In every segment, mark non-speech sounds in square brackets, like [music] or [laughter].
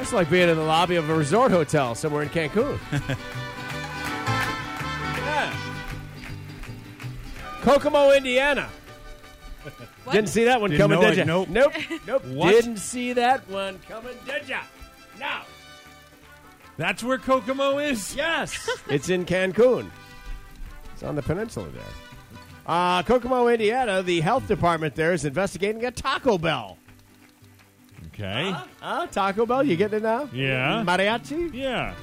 It's like being in the lobby of a resort hotel somewhere in [laughs] Cancun. yeah. Kokomo, Indiana. Didn't see that one Didn't coming, know did it, you? nope. nope, [laughs] nope. What? Didn't see that one coming, did ya? No. That's where Kokomo is. [laughs] Yes, it's in Cancun. It's on the peninsula there. Uh, Kokomo, Indiana. The health department there is investigating a Taco Bell. Okay. Huh? Taco Bell, you getting it now? Yeah. Mariachi. Yeah.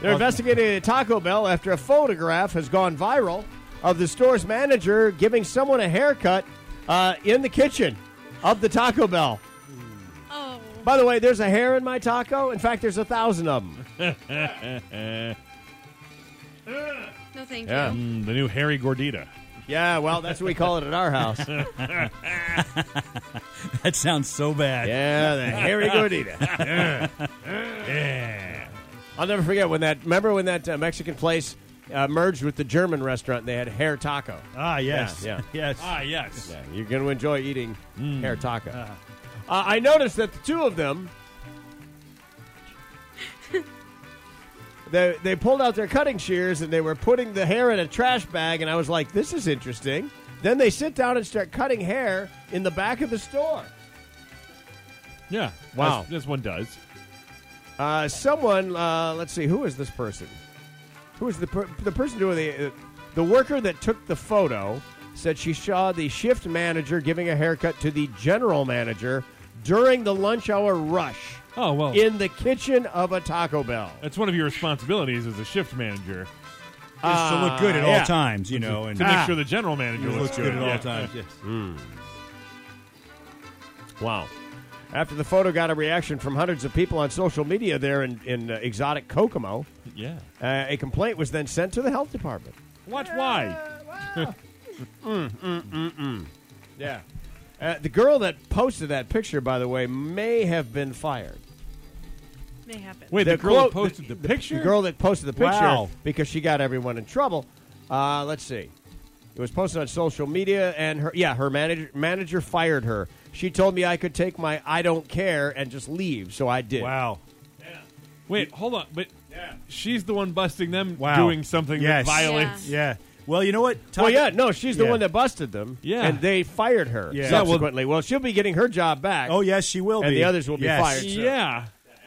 They're investigating Taco Bell after a photograph has gone viral of the store's manager giving someone a haircut uh, in the kitchen of the Taco Bell. Oh. By the way, there's a hair in my taco. In fact, there's a thousand of them. No, thank Yeah. you. Mm, the new Harry [laughs] Gordita. Yeah, well, that's what we call it at our house. That sounds so bad. Yeah, the hairy gordita. I'll never forget when that. Remember when that uh, Mexican place uh, merged with the German restaurant? and They had hair taco. Ah, [laughs] yes. Yeah, Yes. Ah, yes. Yeah, you're going to enjoy eating hair taco. Uh, I noticed that the two of them, they, they pulled out their cutting shears and they were putting the hair in a trash bag, and I was like, this is interesting. Then they sit down and start cutting hair in the back of the store. Yeah. Wow. That's- This one does. Uh, someone, uh, let's see, who is this person? Who is the per- the person doing the uh, the worker that took the photo? Said she saw the shift manager giving a haircut to the general manager during the lunch hour rush Oh, well. in the kitchen of a Taco Bell. that's one of your responsibilities as a shift manager Just to look good at yeah. all times, you know, and Uh, to make sure the general manager it looks good at all Yeah. times. Yes. Hmm. Wow. After the photo got a reaction from hundreds of people on social media there in, in uh, exotic Kokomo, Yeah. uh, a complaint was then sent to the health department. What? Why? Yeah. Uh, the girl that posted that picture, by the way, may have been fired. May happen. Wait, the, girl quote- who posted the, picture? The girl that posted the picture Wow. because she got everyone in trouble. Uh, let's see. It was posted on social media, and her yeah, her manager manager fired her. She told me I could take my I don't care and just leave, so I did. Wow. Wait, hold on. But she's the one busting them Wow. doing something Yes. that violates. Yeah. Well, you know what? Well, Taco- yeah, no, she's the Yeah. one that busted them, Yeah. and they fired her Yeah. Yeah, well- subsequently. well, she'll be getting her job back. Oh, yes, she will And be. the others will be Yes. fired. Yeah.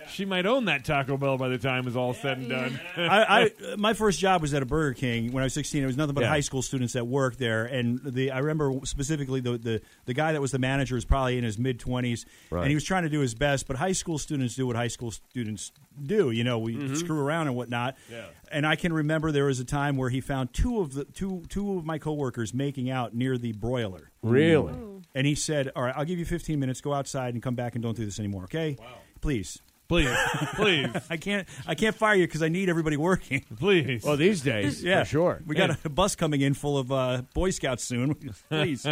She might own that Taco Bell by the time it's all said and done. [laughs] I, I my first job was at a Burger King when I was 16. It was nothing but Yeah. high school students that worked there, and the I remember specifically the the, the guy that was the manager was probably in his mid 20s, and he was trying to do his best. But high school students do what high school students do, you know, we Mm-hmm. screw around and whatnot. Yeah. And I can remember there was a time where he found two of the two two of my coworkers making out near the broiler. really? And he said, "All right, I'll give you 15 minutes. Go outside and come back and don't do this anymore, okay? Please. [laughs] please, please, I can't I can't fire you because I need everybody working." please. Well, these [laughs] days, Yeah, for sure. We got a bus coming in full of uh, Boy Scouts [laughs] soon. Please,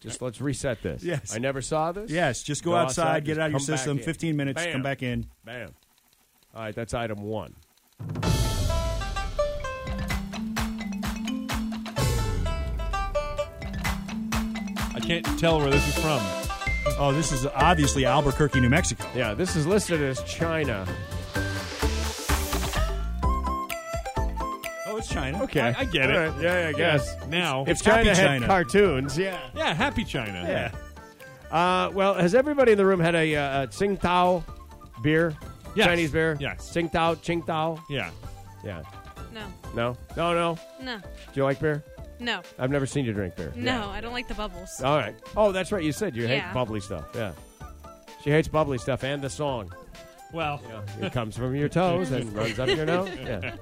Just let's reset this. Yes. I never saw this. yes, just go, Go outside, outside, get just it out of your come back system. in. Fifteen minutes, Bam. come back in. Bam. All right, that's item one. I can't tell where this is from. Oh, this is obviously Albuquerque, New Mexico. Yeah, this is listed as China. Oh, it's China. Okay. I, I get All it. right. Yeah, I guess. Now, Happy If China had China. cartoons, yeah. yeah, happy China. Yeah. Uh, well, has everybody in the room had a, uh, a Tsingtao beer? Yes. Chinese beer? Yes. Tsingtao, Tsingtao? yeah. Yeah. No, No? No, no. no, Do you like beer? no, I've never seen you drink beer. no. I don't like the bubbles. All right. Oh, that's right. You said you hate Yeah. bubbly stuff. Yeah. She hates bubbly stuff and the song. Well, It comes from your toes and runs up your nose. Yeah.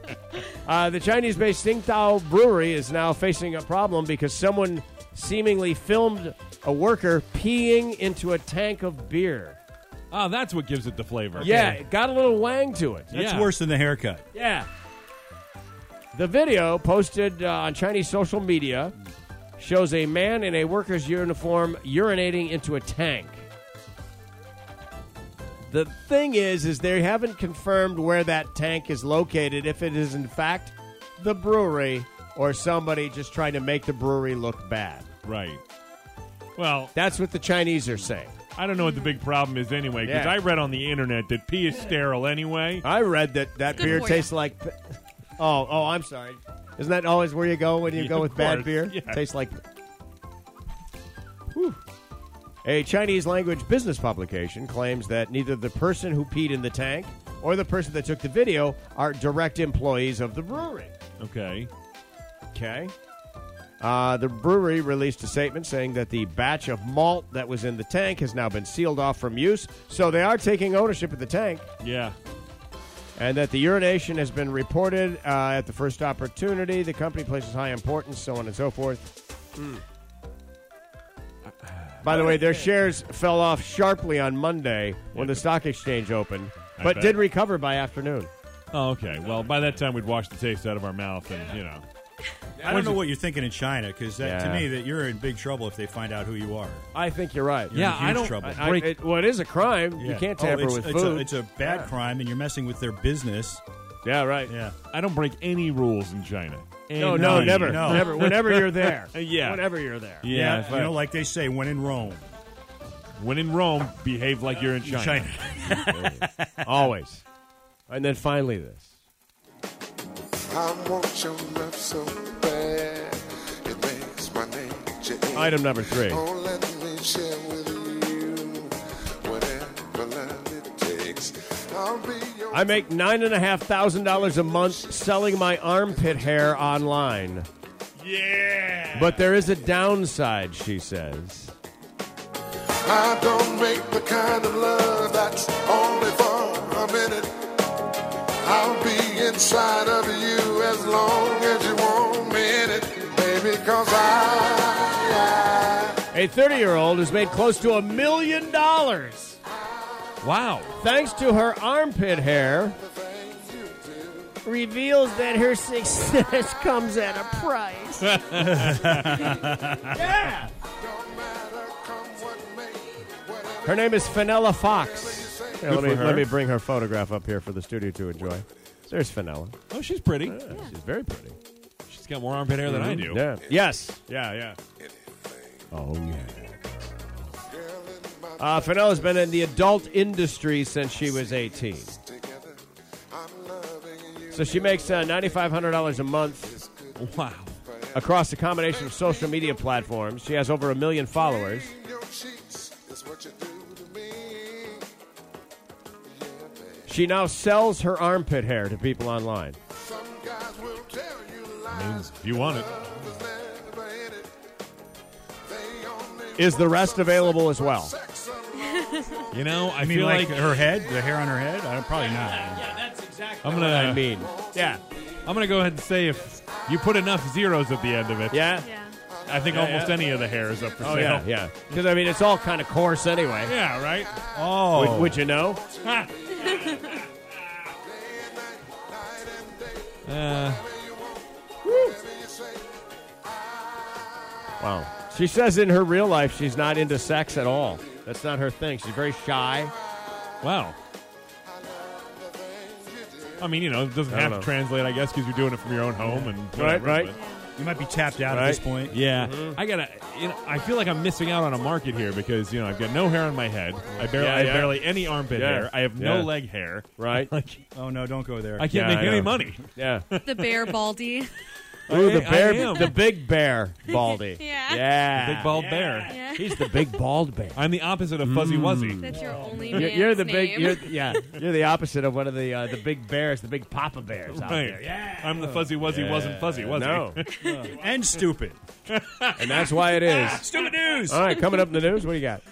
Uh, the Chinese based Tsingtao Brewery is now facing a problem because someone seemingly filmed a worker peeing into a tank of beer. Oh, that's what gives it the flavor. Yeah, it got a little wang to it. That's Yeah. worse than the haircut. Yeah. The video posted uh, on Chinese social media shows a man in a worker's uniform urinating into a tank. The thing is is they haven't confirmed where that tank is located if it is in fact the brewery or somebody just trying to make the brewery look bad. Right. Well, That's what the Chinese are saying. I don't know what the big problem is anyway, because Yeah. I read on the internet that pee is sterile anyway. I read that that Good beer for tastes like. p- Oh, oh, I'm sorry. Isn't that always where you go when you [laughs] Yeah, go of with bad course. beer? Yeah. Tastes like. Whew. A Chinese language business publication claims that neither the person who peed in the tank or the person that took the video are direct employees of the brewery. Okay. Okay. Uh, the brewery released a statement saying that the batch of malt that was in the tank has now been sealed off from use, so they are taking ownership of the tank Yeah. and that the urination has been reported uh, at the first opportunity. The company places high importance, so on and so forth. By the way, their shares fell off sharply on Monday when the stock exchange opened, I but bet. did recover by afternoon. Oh, okay. Well, by that time we'd washed the taste out of our mouth, and you know. I don't know what you're thinking in China because to Yeah. me that you're in big trouble if they find out who you are. I think you're right. You're in huge trouble. I, it, well, it is a crime. You Yeah. can't Oh, tamper it's, with it's food. A, it's a bad crime, and you're messing with their business. yeah, right. Yeah. I don't break any rules in China. No, Any. no, never, no. never. Whenever you're there, [laughs] Yeah. Whenever you're there, Yeah. you know, like they say, when in Rome, when in Rome, behave like you're in China. [laughs] always. And then finally, this. I want your love so bad. It makes my nature ache. Item number three. Oh, let me share with you whatever love it takes. I'll be your I make nine and a half thousand dollars a month selling my armpit hair online. Yeah. But there is a downside, she says. I don't make the kind of love that's only for a minute. I'll be inside of you as long as you want me in it, baby, cause I, I A 30 year old has made close to a million dollars wow. thanks to her armpit hair. Reveals that her success [laughs] comes at a [laughs] price. yeah! don't matter come what may, whatever Her name is Fenella Fox. Here, let, Good me, for her. let me bring her photograph up here for the studio to enjoy. There's Fenella. Oh, she's pretty. She's very pretty. She's got more armpit hair than I do. Mm-hmm. Yeah. Yes. Yeah. Yeah. Oh, yeah. girl in my Uh, Fanella's been in the adult industry since she was 18. together. I'm loving you. So she makes uh, $9,500 a month Wow. across a combination of social media platforms. She has over a million followers. Your cheeks is what you do to me. Yeah, babe. She now sells her armpit hair to people online. Some guys will tell you lies. If you want it. Love is never in it. They only Is the want rest some available as sex, well? sex alone. You know, I I mean, feel like, like, her head, the hair on her head. I don't, probably not. that's exactly I'm gonna- I mean. yeah. I'm gonna go ahead and say if you put enough zeros at the end of it, Yeah? Yeah. I think almost any of the hair is up for Oh, sale. yeah, yeah. Because, I mean, it's all kind of coarse anyway. Yeah, right. Oh, Would, would you know? Ha. Uh, Wow. She says in her real life she's not into sex at all. That's not her thing. She's very shy. wow. I mean, you know, it doesn't I have don't to know. translate, I guess, because you're doing it from your own home and Right, whatever, right. but- you might be tapped out at Right. this point. Yeah, Mm-hmm. I gotta. You know, I feel like I'm missing out on a market here because you know I've got no hair on my head. I barely, Yeah, I have yeah. barely any armpit Yeah. hair. I have no Yeah. leg hair. [laughs] Right. Like Oh no, don't go there. I can't Yeah, make I any know. money. [laughs] Yeah. The [laughs] bear baldy. Ooh, the I bear, am. the big bear, Baldy. [laughs] Yeah. yeah, Big bald bear. Yeah. He's the big bald [laughs] bear. I'm the opposite of fuzzy wuzzy. That's your only You're, man's you're the big, name. you're, yeah, you're the opposite of one of the uh, the big bears, the big Papa bears out Right. there. Yeah. I'm the fuzzy wuzzy wasn't fuzzy was No, [laughs] and stupid. and that's why it is. stupid news. [laughs] [laughs] All right, coming up in the news, what do you got?